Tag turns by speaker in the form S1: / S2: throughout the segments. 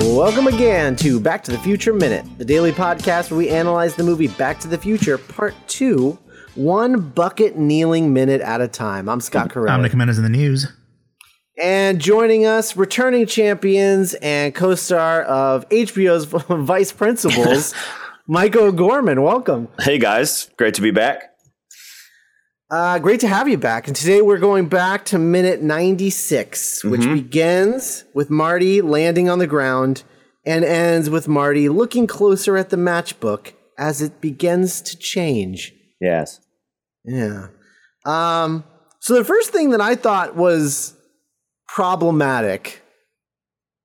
S1: Welcome again to Back to the Future Minute, the daily podcast where we analyze the movie Back to the Future Part 2, one bucket kneeling minute at a time. I'm Scott
S2: I'm Nick
S1: Carell.
S2: Jimenez in the news.
S1: And joining us, returning champions and co star of HBO's Vice Principals, Michael O'Gorman. Welcome.
S3: Hey guys, great to be back.
S1: Uh, great to have you back. And today we're going back to minute 96, which begins with Marty landing on the ground and ends with Marty looking closer at the matchbook as it begins to change.
S3: Yes.
S1: Yeah. Um, so the first thing that I thought was problematic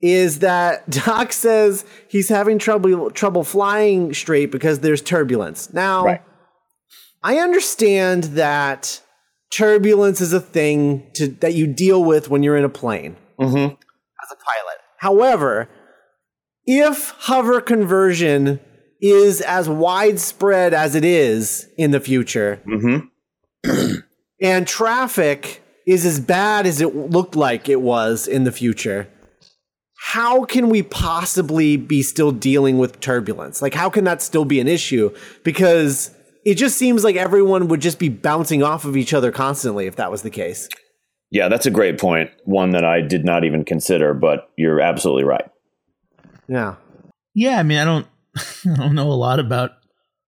S1: is that Doc says he's having trouble trouble flying straight because there's turbulence. Now,
S3: Right.
S1: I understand that turbulence is a thing to, that you deal with when you're in a plane
S3: Mm-hmm.
S1: as a pilot. However, if hover conversion is as widespread as it is in the future,
S3: Mm-hmm.
S1: and traffic is as bad as it looked like it was in the future, how can we possibly be still dealing with turbulence? Like, how can that still be an issue? Because it just seems like everyone would just be bouncing off of each other constantly if that was the case.
S3: Yeah, that's a great point. One that I did not even consider, but you're absolutely right.
S1: Yeah.
S2: Yeah, I mean, I don't, I don't know a lot about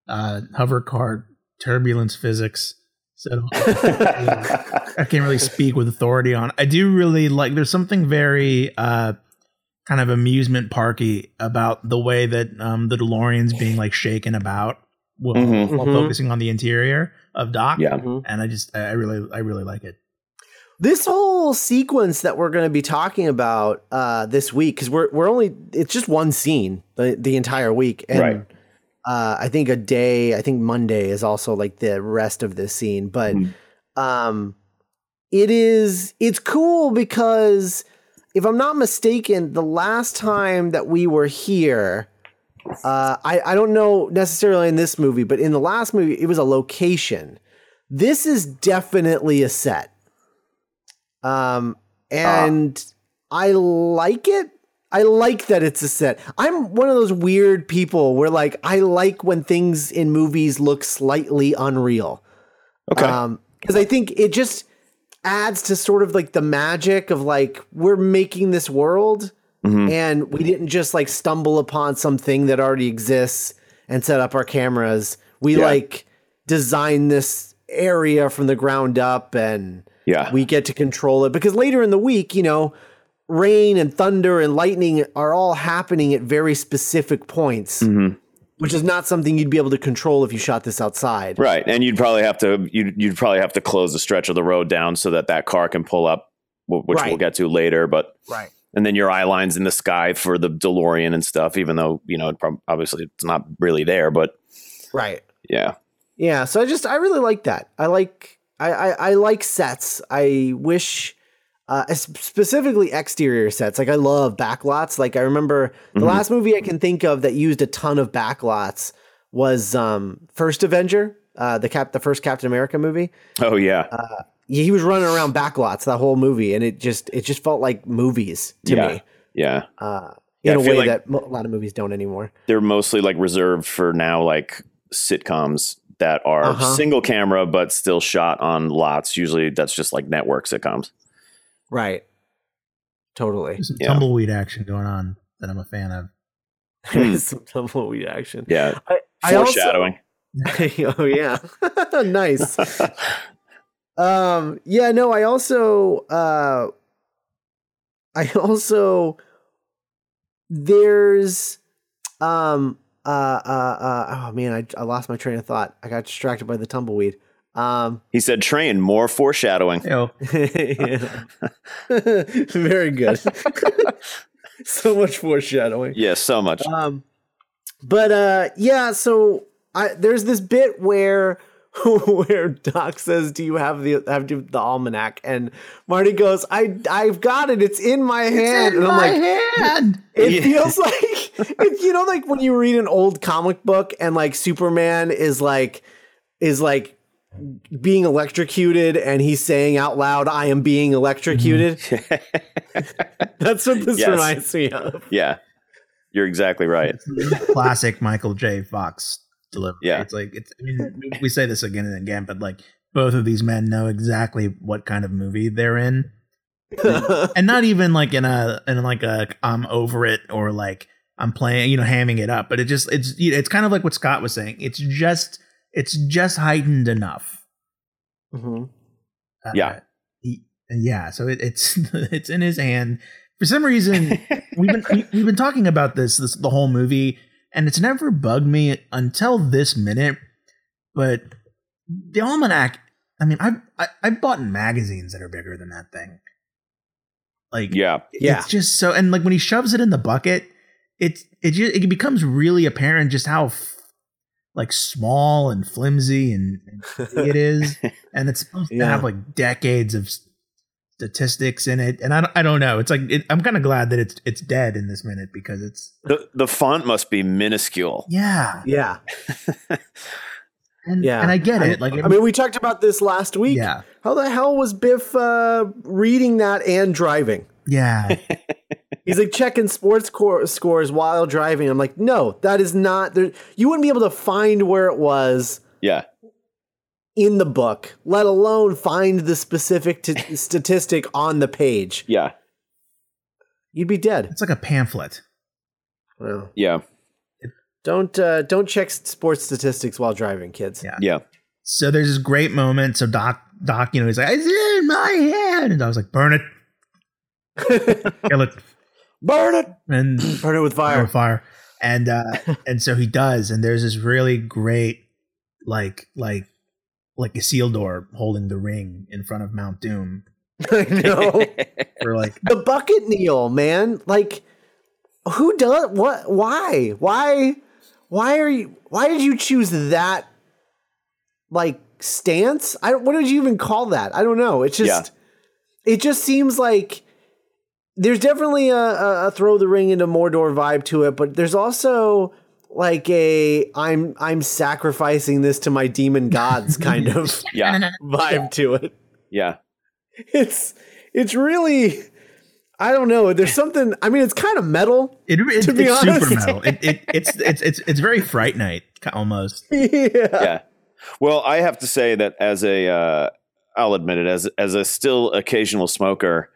S2: uh, hover car turbulence physics, so I can't really speak with authority on. I do really like. There's something very uh, kind of amusement parky about the way that um, the DeLorean's being like shaken about while,
S3: Mhm.
S2: while
S1: Mhm.
S2: focusing on the interior of Doc.
S3: Yeah.
S2: and I just, I I really, I really like it.
S1: This whole sequence that we're going to be talking about uh, this week, because we're we're only it's just one scene the, the entire week, and
S3: Right.
S1: uh, I think a day, I think Monday is also like the rest of this scene, but
S3: Mhm.
S1: um, it is it's cool because if I'm not mistaken, the last time that we were here, uh, I I don't know necessarily in this movie, but in the last movie, it was a location. This is definitely a set. Um, and I like it. I like that it's a set. I'm one of those weird people where like I like when things in movies look slightly unreal.
S3: Okay.
S1: Um, because I think it just adds to sort of like the magic of like we're making this world
S3: Mm-hmm. Hmm.
S1: and we didn't just like stumble upon something that already exists and set up our cameras. We
S3: Yeah.
S1: like design this area from the ground up and
S3: yeah.
S1: we get to control it because later in the week, you know, rain and thunder and lightning are all happening at very specific points,
S3: Hmm. Mm-hmm.
S1: which is not something you'd be able to control if you shot this outside.
S3: right, and you'd probably have to you'd, you'd probably have to close the stretch of the road down so that that car can pull up, wh- which we'll
S1: Right.
S3: get to later. But
S1: Right.
S3: and then your eye lines in the sky for the DeLorean and stuff, even though you know it prob- obviously it's not really there, but
S1: Right.
S3: yeah,
S1: Yeah. So I just I really like that. I like I I, I like sets. I wish. Uh, es- specifically exterior sets. Like I love backlots. Like I remember the
S3: Mm-hmm.
S1: last movie I can think of that used a ton of backlots was um, First Avenger, uh, the cap, the first Captain America movie.
S3: oh yeah,
S1: Uh, Yeah, he was running around back lots that whole movie, and it just it just felt like movies to
S3: yeah,
S1: me uh,
S3: yeah. Yeah,
S1: in
S3: I
S1: a
S3: feel
S1: way
S3: like-
S1: that mo- a lot of movies don't anymore.
S3: they're mostly like reserved for now like sitcoms that are
S1: Uh-huh.
S3: single camera but still shot on lots usually that's just like network sitcoms
S1: Right. Totally.
S2: There's some
S3: Yeah.
S2: tumbleweed action going on that I'm a fan of.
S3: Hmm.
S1: Some tumbleweed action.
S3: yeah
S1: I, I also-
S3: foreshadowing
S1: oh yeah, nice. Um, yeah, no, I also, uh, I also, there's, um, uh, uh, uh, oh man, I, I lost my train of thought. I got distracted by the tumbleweed. Um,
S3: he said train more foreshadowing
S2: Yo,
S1: Yeah. very good. so much foreshadowing.
S3: yeah so much
S1: Um, but uh, yeah, so I, there's this bit where where Doc says, "Do you have the have you- the almanac?" And Marty goes, "I I've got it. It's in my hand." and I'm like,
S2: hand.
S1: it
S3: Yeah.
S1: feels like it, you know, like when you read an old comic book and like Superman is like is like being electrocuted and he's saying out loud, "I Mm-hmm. am being electrocuted." That's what this
S3: Yes.
S1: reminds me of.
S3: yeah You're exactly right.
S2: classic Michael J. Fox delivery.
S3: Yeah.
S2: It's like it's I mean we say this again and again, but like both of these men know exactly what kind of movie they're in. And not even like in a in like a I'm over it or like I'm playing, you know, hamming it up, but it just it's you know, it's kind of like what Scott was saying. It's just it's just heightened enough.
S1: Mhm.
S2: Uh,
S3: Yeah.
S2: he- yeah, so it, it's it's in his hand. For some reason, we've been we, we've been talking about this this the whole movie, and it's never bugged me until this minute. But the almanac, I mean, I've I, I've bought magazines that are bigger than that thing. Like,
S3: yeah.
S1: Yeah.
S2: it's just so, and like when he shoves it in the bucket, it's it just, it becomes really apparent just how f- like small and flimsy and, and big it is, and it's supposed to
S1: Yeah.
S2: have like decades of s- statistics in it, and I don't, I don't know. It's like it, I'm kind of glad that it's it's dead in this minute because it's
S3: The the font must be minuscule.
S2: yeah,
S1: yeah.
S2: and,
S1: Yeah.
S2: and I get it. Like
S1: I mean, we talked about this last week.
S2: yeah,
S1: How the hell was Biff uh, reading that and driving?
S2: yeah,
S1: He's like checking sports cor- scores while driving. I'm like, no, that is not. There, you wouldn't be able to find where it was
S3: Yeah.
S1: in the book, let alone find the specific t- statistic on the page.
S3: Yeah.
S1: You'd be dead.
S2: it's like a pamphlet.
S1: Well,
S3: Yeah.
S1: don't uh, don't check s- sports statistics while driving, kids.
S2: Yeah.
S3: Yeah.
S2: So there's this great moment. So Doc, Doc, you know, he's like, "It's in my hand," and I was like, "Burn it, kill it,"
S1: Burn it.
S2: and
S1: Burn it with
S2: fire,
S1: fire.
S2: fire. And uh and so he does, and there's this really great like like like Isildur holding the ring in front of Mount Doom.
S1: I know.
S2: Or like
S1: the bucket kneel, man. Like, who does what? Why? Why? Why are you? Why did you choose that? Like stance? I don't. What did you even call that? I don't know. It's just. It just seems like there's definitely a, a, a throw the ring into Mordor vibe to it, but there's also like a I'm I'm sacrificing this to my demon gods kind of
S3: Yeah.
S1: vibe to it
S3: Yeah.
S1: it's it's really I don't know. There's something. I mean, it's kind of metal.
S2: it, it,
S1: To be
S2: it's
S1: honest.
S2: super metal. It, it, it's it's it's it's very Fright Night ki- almost.
S1: yeah.
S3: yeah. Well, I have to say that as a, uh, I'll admit it, as as a still occasional smoker,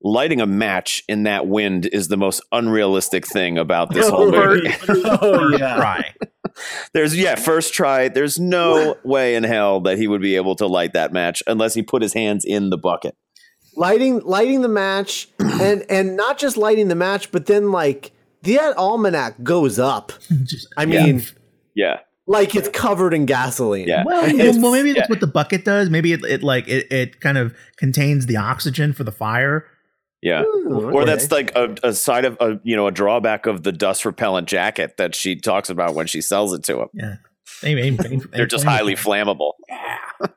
S3: lighting a match in that wind is the most unrealistic thing about this whole movie.
S1: oh yeah.
S2: Cry.
S3: There's yeah, first try. There's no way in hell that he would be able to light that match unless he put his hands in the bucket.
S1: Lighting lighting the match, and and not just lighting the match, but then like the almanac goes up.
S2: Just,
S1: I
S3: Yeah.
S1: mean,
S3: Yeah,
S1: like it's covered in gasoline.
S3: yeah,
S2: well,
S1: It's-
S2: well, maybe that's
S3: yeah.
S2: what the bucket does. Maybe it, it like it, it kind of contains the oxygen for the fire.
S3: yeah.
S1: Ooh,
S3: Or
S1: Hmm, okay.
S3: that's like a, a side of a you know a drawback of the dust repellent jacket that she talks about when she sells it to him.
S2: Yeah, Maybe- maybe-
S3: They're just highly flammable.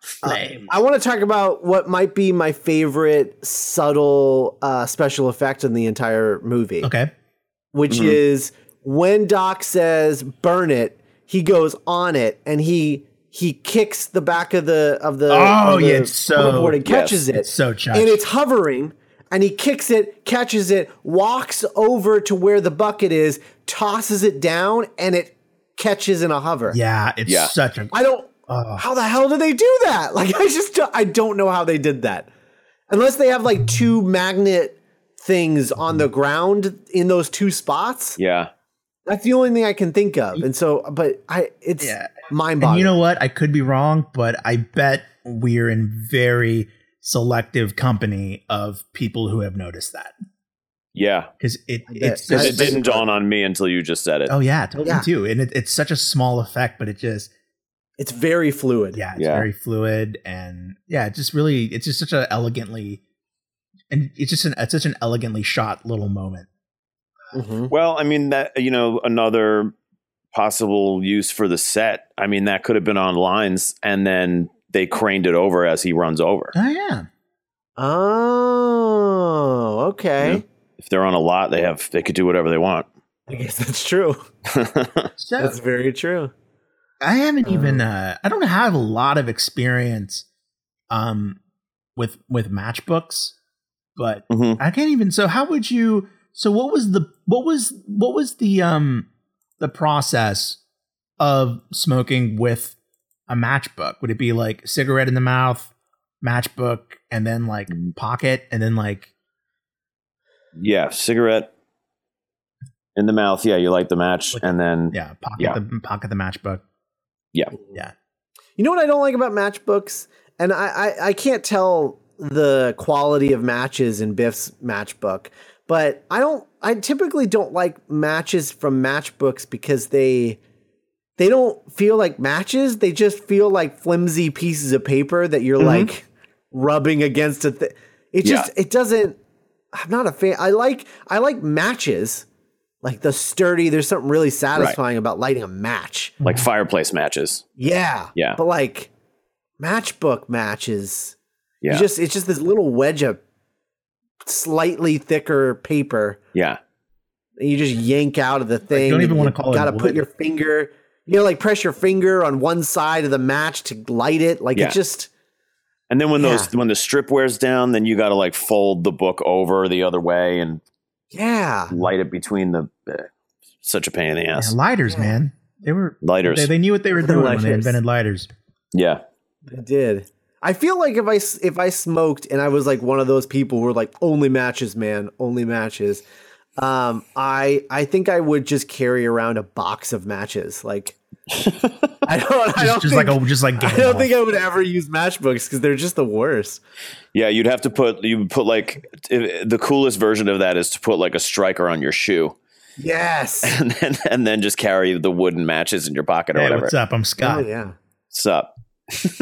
S2: flame.
S1: I want to talk about what might be my favorite subtle uh, special effect in the entire movie.
S2: Okay.
S1: which
S2: Mm-hmm.
S3: Mhm.
S1: is when Doc says burn it, he goes on it and he he kicks the back of the of the
S2: Oh,
S1: of the
S2: yeah, it's so-
S1: hoverboard and
S3: yes,
S1: catches
S2: It's
S1: it.
S2: so chucked.
S1: and it's hovering and he kicks it, catches it, walks over to where the bucket is, tosses it down and it catches in a hover.
S2: Yeah, it's
S3: Yeah.
S2: such a.
S1: I don't
S2: Oh,
S1: how the hell do they do that? Like I just don't- I don't know how they did that. Unless they have like two magnet things on the ground in those two spots.
S3: Yeah,
S1: That's the only thing I can think of. And so, but I, it's
S2: Yeah.
S1: mind
S2: and
S1: boggling.
S2: you know what? I could be wrong, but I bet we're in very selective company of people who have noticed that
S3: yeah.
S2: because it
S1: I bet.
S2: it's
S1: Because
S2: such-
S3: It didn't dawn on me until you just said it.
S2: Oh yeah, totally
S1: Yeah.
S2: too, and it, it's such a small effect, but it just
S1: it's very fluid.
S2: yeah, it's
S3: Yeah.
S2: very fluid and yeah, it just really it's just such a elegantly and it's just an it's such an elegantly shot little moment.
S1: Mhm.
S3: Well, I mean that you know another possible use for the set. I mean that could have been on lines, and then they craned it over as he runs over.
S2: Oh yeah,
S1: Oh, okay.
S3: Yeah. If they're on a lot, they have they could do whatever they want.
S1: I guess that's true.
S2: so
S1: That's very true.
S2: I haven't
S1: Um,
S2: even uh, I don't have a lot of experience um with with matchbooks, but
S3: Mhm.
S2: I can't even so how would you So what was the what was what was the um the process of smoking with a matchbook? Would it be like cigarette in the mouth, matchbook, and then like
S3: Mm.
S2: pocket, and then like
S3: Yeah, cigarette in the mouth. Yeah, you light the match
S2: Like-
S3: and then
S2: yeah pocket
S3: Yeah.
S2: the pocket the matchbook?
S1: You know what I don't like about matchbooks, and I, I I can't tell the quality of matches in Biff's matchbook, but I don't. I typically don't like matches from matchbooks because they they don't feel like matches. They just feel like flimsy pieces of paper that you're like rubbing against a thing. It
S3: Yeah.
S1: just it doesn't. I'm not a fan. I like I like matches, like the sturdy. There's something really satisfying about lighting a match.
S3: like fireplace matches.
S1: Yeah.
S3: Yeah.
S1: But like matchbook matches,
S3: Yeah.
S1: you just it's just this little wedge of slightly thicker paper
S3: yeah.
S1: that you just yank out of the thing.
S2: don't even
S1: and
S2: wanna
S1: you
S2: call it
S1: Gotta put
S2: wood.
S1: your finger. You know, like press your finger on one side of the match to light it. Like
S3: Yeah.
S1: it just
S3: And then when
S1: Yeah.
S3: those when the strip wears down, then you got to like fold the book over the other way and
S1: yeah.
S3: light it between the. eh, such a pain in the
S2: Yeah,
S3: ass.
S2: lighters, man. They were
S3: Lighters.
S2: They, they knew what they were doing when they
S1: Lighters.
S2: invented lighters.
S3: yeah.
S1: It did. I feel like if I s- if I smoked and I was like one of those people who were like only matches, man, only matches. Um, I I think I would just carry around a box of matches. Like I don't I don't
S2: Just, just
S1: think,
S2: like a just like
S1: I don't think I would ever use matchbooks because they're just the worst.
S3: Yeah, you'd have to put you would put like if, the coolest version of that is to put like a striker on your shoe
S1: Yes.
S3: and then and then just carry the wooden matches in your pocket or
S2: Hey,
S3: whatever.
S2: what's up? I'm
S1: oh
S2: Scott.
S1: yeah.
S3: What's up?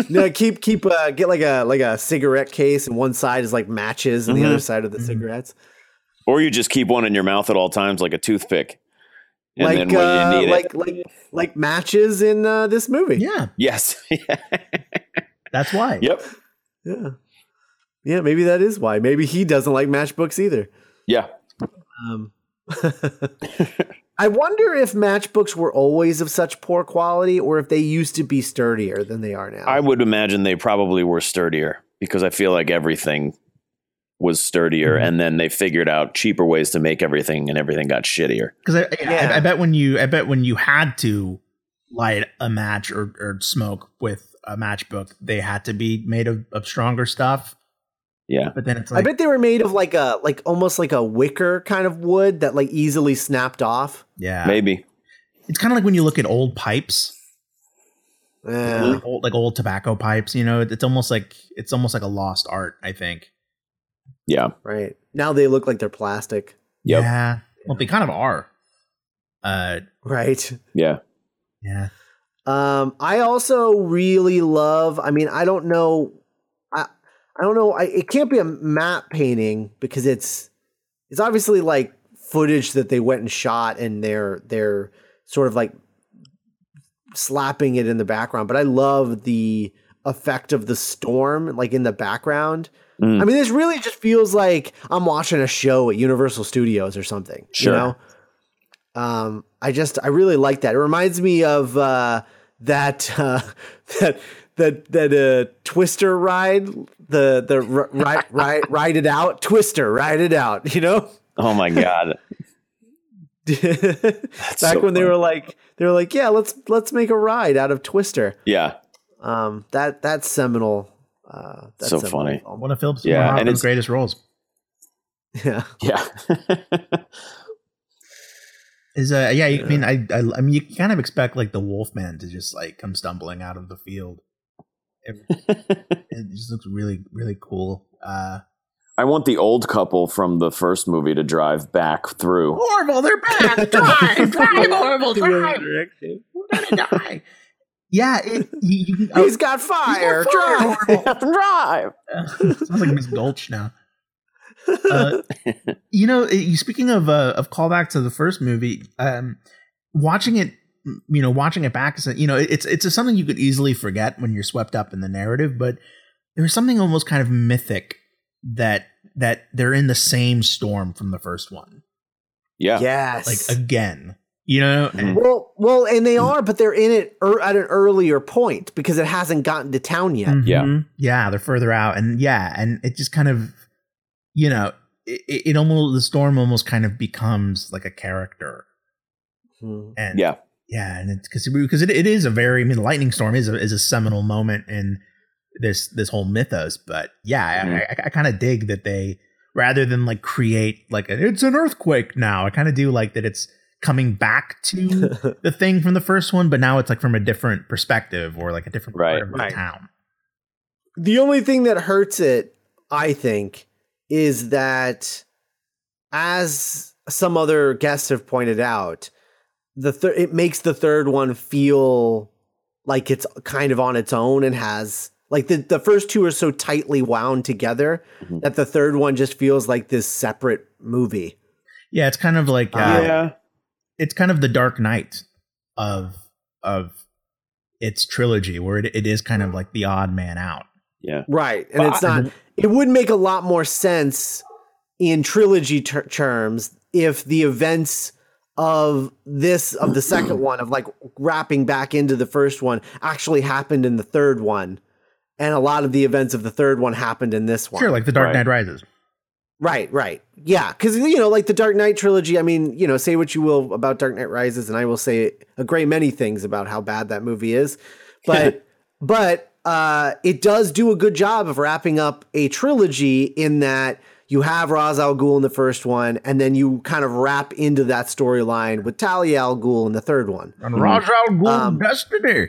S1: No, keep keep uh, get like a like a cigarette case and one side is like matches and
S3: Mhm.
S1: the
S2: Mm-hmm.
S1: other side of the cigarettes.
S3: Or you just keep one in your mouth at all times like a toothpick. And
S1: like
S3: then when
S1: uh,
S3: you need it.
S1: like like like matches in uh, this movie.
S2: Yeah,
S3: Yes.
S2: that's why.
S3: yep.
S1: Yeah. Yeah, maybe that is why. Maybe he doesn't like matchbooks either.
S3: Yeah.
S1: Um, I wonder if matchbooks were always of such poor quality or if they used to be sturdier than they are now.
S3: I would imagine they probably were sturdier because I feel like everything was sturdier
S2: Mm-hmm.
S3: and then they figured out cheaper ways to make everything and everything got shittier.
S2: Because I,
S1: Yeah.
S2: I, I bet when you I bet when you had to light a match or, or smoke with a matchbook, they had to be made of, of stronger stuff.
S3: Yeah.
S2: But then it's
S1: I
S2: like
S1: bet they were made of like a like almost like a wicker kind of wood that like easily snapped off.
S2: yeah,
S3: Maybe.
S2: it's kind of like when you look at old pipes,
S1: Eh, Yeah.
S2: like old like old tobacco pipes. You know, it's almost like it's almost like a lost art. I think.
S3: Yeah.
S1: Right. Now they look like they're plastic.
S3: Yep.
S2: Yeah. Well, they kind of are. Uh.
S1: Right.
S3: Yeah.
S2: Yeah.
S1: Um, I also really love. I mean, I don't know. I I don't know. I, it can't be a map painting because it's it's obviously like footage that they went and shot, and they're they're sort of like slapping it in the background. But I love the effect of the storm, like in the background.
S3: Mm.
S1: I mean, this really just feels like I'm watching a show at Universal Studios or something.
S3: Sure.
S1: You know? Um, I just I really like that. It reminds me of uh, that uh, that that that uh, Twister ride, the the r- ride ride ride it out, Twister ride it out. You know,
S3: Oh my god.
S1: back
S3: so
S1: when they
S3: funny.
S1: were like they were like, yeah, let's let's make a ride out of Twister.
S3: Yeah.
S1: Um, that that's seminal. Uh, that's
S3: So
S1: seminal
S3: funny.
S1: film.
S2: One of Phillips.
S3: Yeah,
S2: one
S3: and
S2: of
S3: it's-
S2: his greatest roles.
S1: Yeah.
S3: Yeah.
S2: Is uh yeah, I mean I, I I mean you kind of expect like the Wolfman to just like come stumbling out of the field. It, it just looks really really cool. Uh
S3: I want the old couple from the first movie to drive back through.
S2: Orville, they're back. Drive, drive, Orville, drive. We're gonna die. Yeah, it, you, you can, oh,
S1: He's got fire. Drive.
S3: drive.
S2: Sounds like Miss Gulch now. Uh, you know, it- you- speaking of uh, of callback to the first movie, um, watching it, you know, watching it back, is a- you know, it's it's something you could easily forget when you're swept up in the narrative, but there was something almost kind of mythic that that they're in the same storm from the first one,
S3: Yeah.
S2: like Hmm.
S1: Yes.
S2: again, you know, and
S1: well, well, and they are, but they're in it er- at an earlier point because it hasn't gotten to town yet.
S2: Mm-hmm.
S3: Yeah.
S2: Mhm. yeah, they're further out, and yeah, and it just kind of, you know, it, it almost the storm almost kind of becomes like a character,
S1: Hmm.
S2: and
S3: Yeah.
S2: yeah, and it's because because it, it is a very I mean, lightning storm is a, is a seminal moment in this this whole mythos. But yeah,
S3: Mhm.
S2: I, I, I kind of dig that they rather than like create like a, it's an earthquake now. I kind of do like that it's coming back to the thing from the first one, but now it's like from a different perspective or like a different
S3: Right.
S2: part of the
S1: Right.
S2: town.
S1: the only thing that hurts it, I think, is that as some other guests have pointed out, the thir- it makes the third one feel like it's kind of on its own and has like the, the first two are so tightly wound together
S3: Mhm.
S1: that the third one just feels like this separate movie.
S2: Yeah, it's kind of like uh,
S1: Yeah.
S2: it's kind of the Dark Knight of of its trilogy, where it, it is kind of like the odd man out.
S1: Right. And it's
S2: But-
S1: not, it would make a lot more sense in trilogy ter- terms if the events of this, of the second one, of like wrapping back into the first one, actually happened in the third one. And a lot of the events of the third one happened in this one.
S2: Sure, like the Dark
S3: Right.
S2: Knight Rises.
S1: Right, right. Yeah, because, you know, like the Dark Knight trilogy, I mean, you know, say what you will about Dark Knight Rises, and I will say a great many things about how bad that movie is. But, but, uh, it does do a good job of wrapping up a trilogy in that you have Ra's al Ghul in the first one, and then you kind of wrap into that storyline with Talia al Ghul in the third one.
S2: And Ra's al Ghul
S1: Um,
S2: Destiny.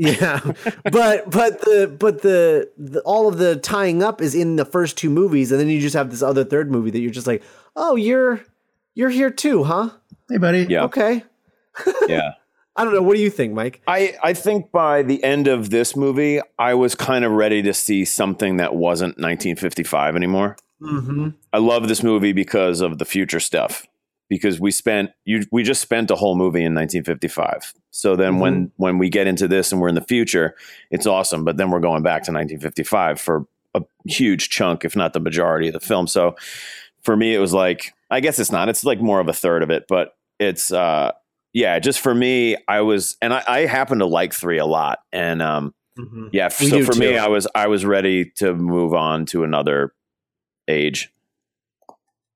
S1: Yeah, but but the but the, the all of the tying up is in the first two movies, and then you just have this other third movie that you're just like, oh, you're you're here too, huh?
S2: Hey, buddy.
S3: Yeah.
S1: Okay,
S3: Yeah.
S1: I don't know. What do you think, Mike?
S3: I, I think by the end of this movie, I was kind of ready to see something that wasn't 1955 anymore.
S1: Mm-hmm.
S3: I love this movie because of the future stuff. Because we spent you we just spent a whole movie in 1955. So then when
S1: Mm-hmm.
S3: when we get into this and we're in the future, it's awesome. But then we're going back to 1955 for a huge chunk, if not the majority of the film. So for me, it was like I guess it's not. It's like more of a third of it, but it's uh yeah. Just for me, I was and I, I happen to like three a lot, and um
S1: Mm-hmm.
S3: yeah.
S1: We
S3: so
S1: do
S3: for me,
S1: too.
S3: I was I was ready to move on to another age.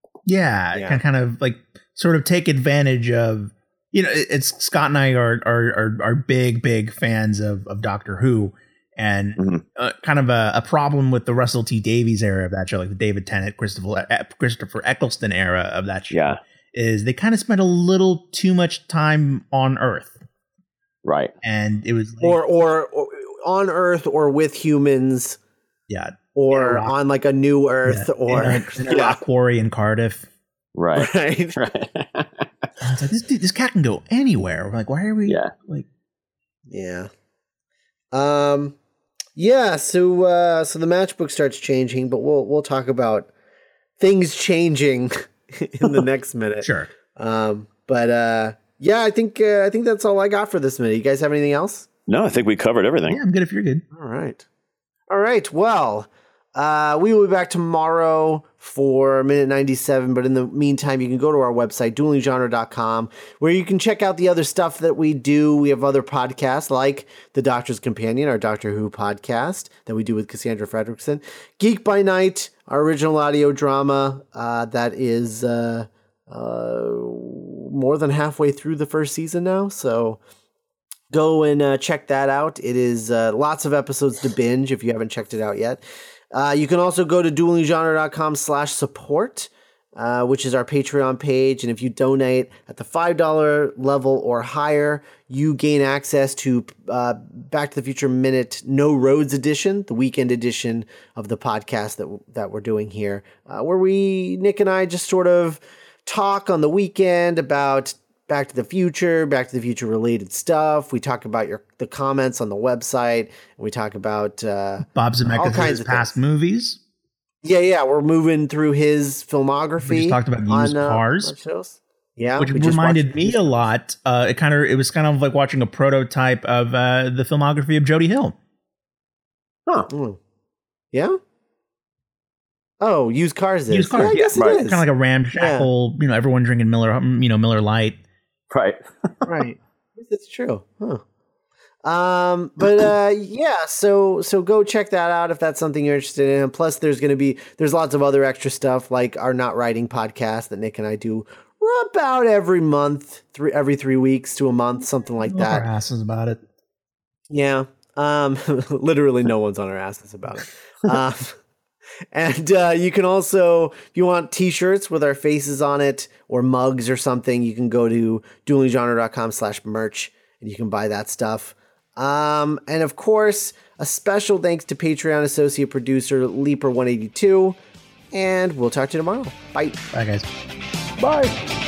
S2: Yeah,
S1: Yeah.
S2: Kind, kind of like sort of take advantage of you know it- it's Scott and I are are are, are big big fans of of Doctor Who and
S3: Mhm.
S2: uh, kind of a, a problem with the Russell T Davies era of that show like the David Tennant Christopher E- Christopher Eccleston era of that show
S3: Yeah.
S2: is they kind of spent a little too much time on Earth
S3: Right.
S2: and it was like,
S1: Or, or or on Earth, or with humans,
S2: yeah
S1: or
S2: Yeah.
S1: on like a new Earth,
S2: yeah,
S1: or
S2: in a- in a rock quarry in Cardiff
S3: Right.
S1: right.
S3: right.
S2: And it's like this dude- this cat can go anywhere we're like why are we
S3: yeah.
S2: like
S1: Yeah. Um yeah, so uh so the matchbook starts changing, but we'll we'll talk about things changing in the next minute.
S2: sure
S1: Um but uh yeah, I think uh, I think that's all I got for this minute. You guys have anything else?
S3: No, I think we covered everything.
S2: yeah I'm good if you're good
S1: All right. All right. Well, uh, we will be back tomorrow for minute 97. But in the meantime, you can go to our website, duelinggenre.com, where you can check out the other stuff that we do. We have other podcasts like The Doctor's Companion, our Doctor Who podcast that we do with Cassandra Fredrickson, Geek by Night, our original audio drama uh, that is. Uh, uh, more than halfway through the first season now, so go and uh, check that out. It is uh, lots of episodes to binge if you haven't checked it out yet. Uh, you can also go to duelinggenre.com slash support, uh, which is our Patreon page. And if you donate at the $5 level or higher, you gain access to uh, Back to the Future Minute No Roads Edition, the weekend edition of the podcast that, that we're doing here, uh, where we, Nick and I, just sort of talk on the weekend about Back to the Future, Back to the Future related stuff. We talk about your the comments on the website. We talk about uh,
S2: Bob
S1: All
S2: Zemeckis'
S1: kinds
S2: his
S1: of
S2: past movies.
S1: yeah, yeah. We're moving through his filmography.
S2: We just talked about used cars.
S1: our shows. Yeah,
S2: which
S1: we just
S2: reminded
S1: watched-
S2: me a lot. Uh, it kind of it was kind of like watching a prototype of uh, the filmography of Jody Hill.
S3: Huh.
S1: Mm. Yeah. Oh, used cars. Is.
S2: Used cars,
S1: Yeah, I
S2: yeah,
S1: guess
S3: right.
S1: it is.
S2: Kind of like a ramshackle, you know, everyone drinking Miller, you know, Miller Light.
S3: Right.
S1: right. Yes, That's true. Huh. Um, but uh, yeah, so so go check that out if that's something you're interested in. Plus, there's going to be there's lots of other extra stuff like our not writing podcast that Nick and I do about every month, three every three weeks to a month, something like
S2: Off Our
S1: that.
S2: asses about it.
S1: Yeah, um, literally no one's on our asses about it. Um, and uh, you can also, if you want t-shirts with our faces on it or mugs or something, you can go to duelinggenre.com slash merch and you can buy that stuff. Um, and of course, a special thanks to Patreon associate producer Leaper182. And we'll talk to you tomorrow. Bye.
S2: Bye, guys.
S4: Bye.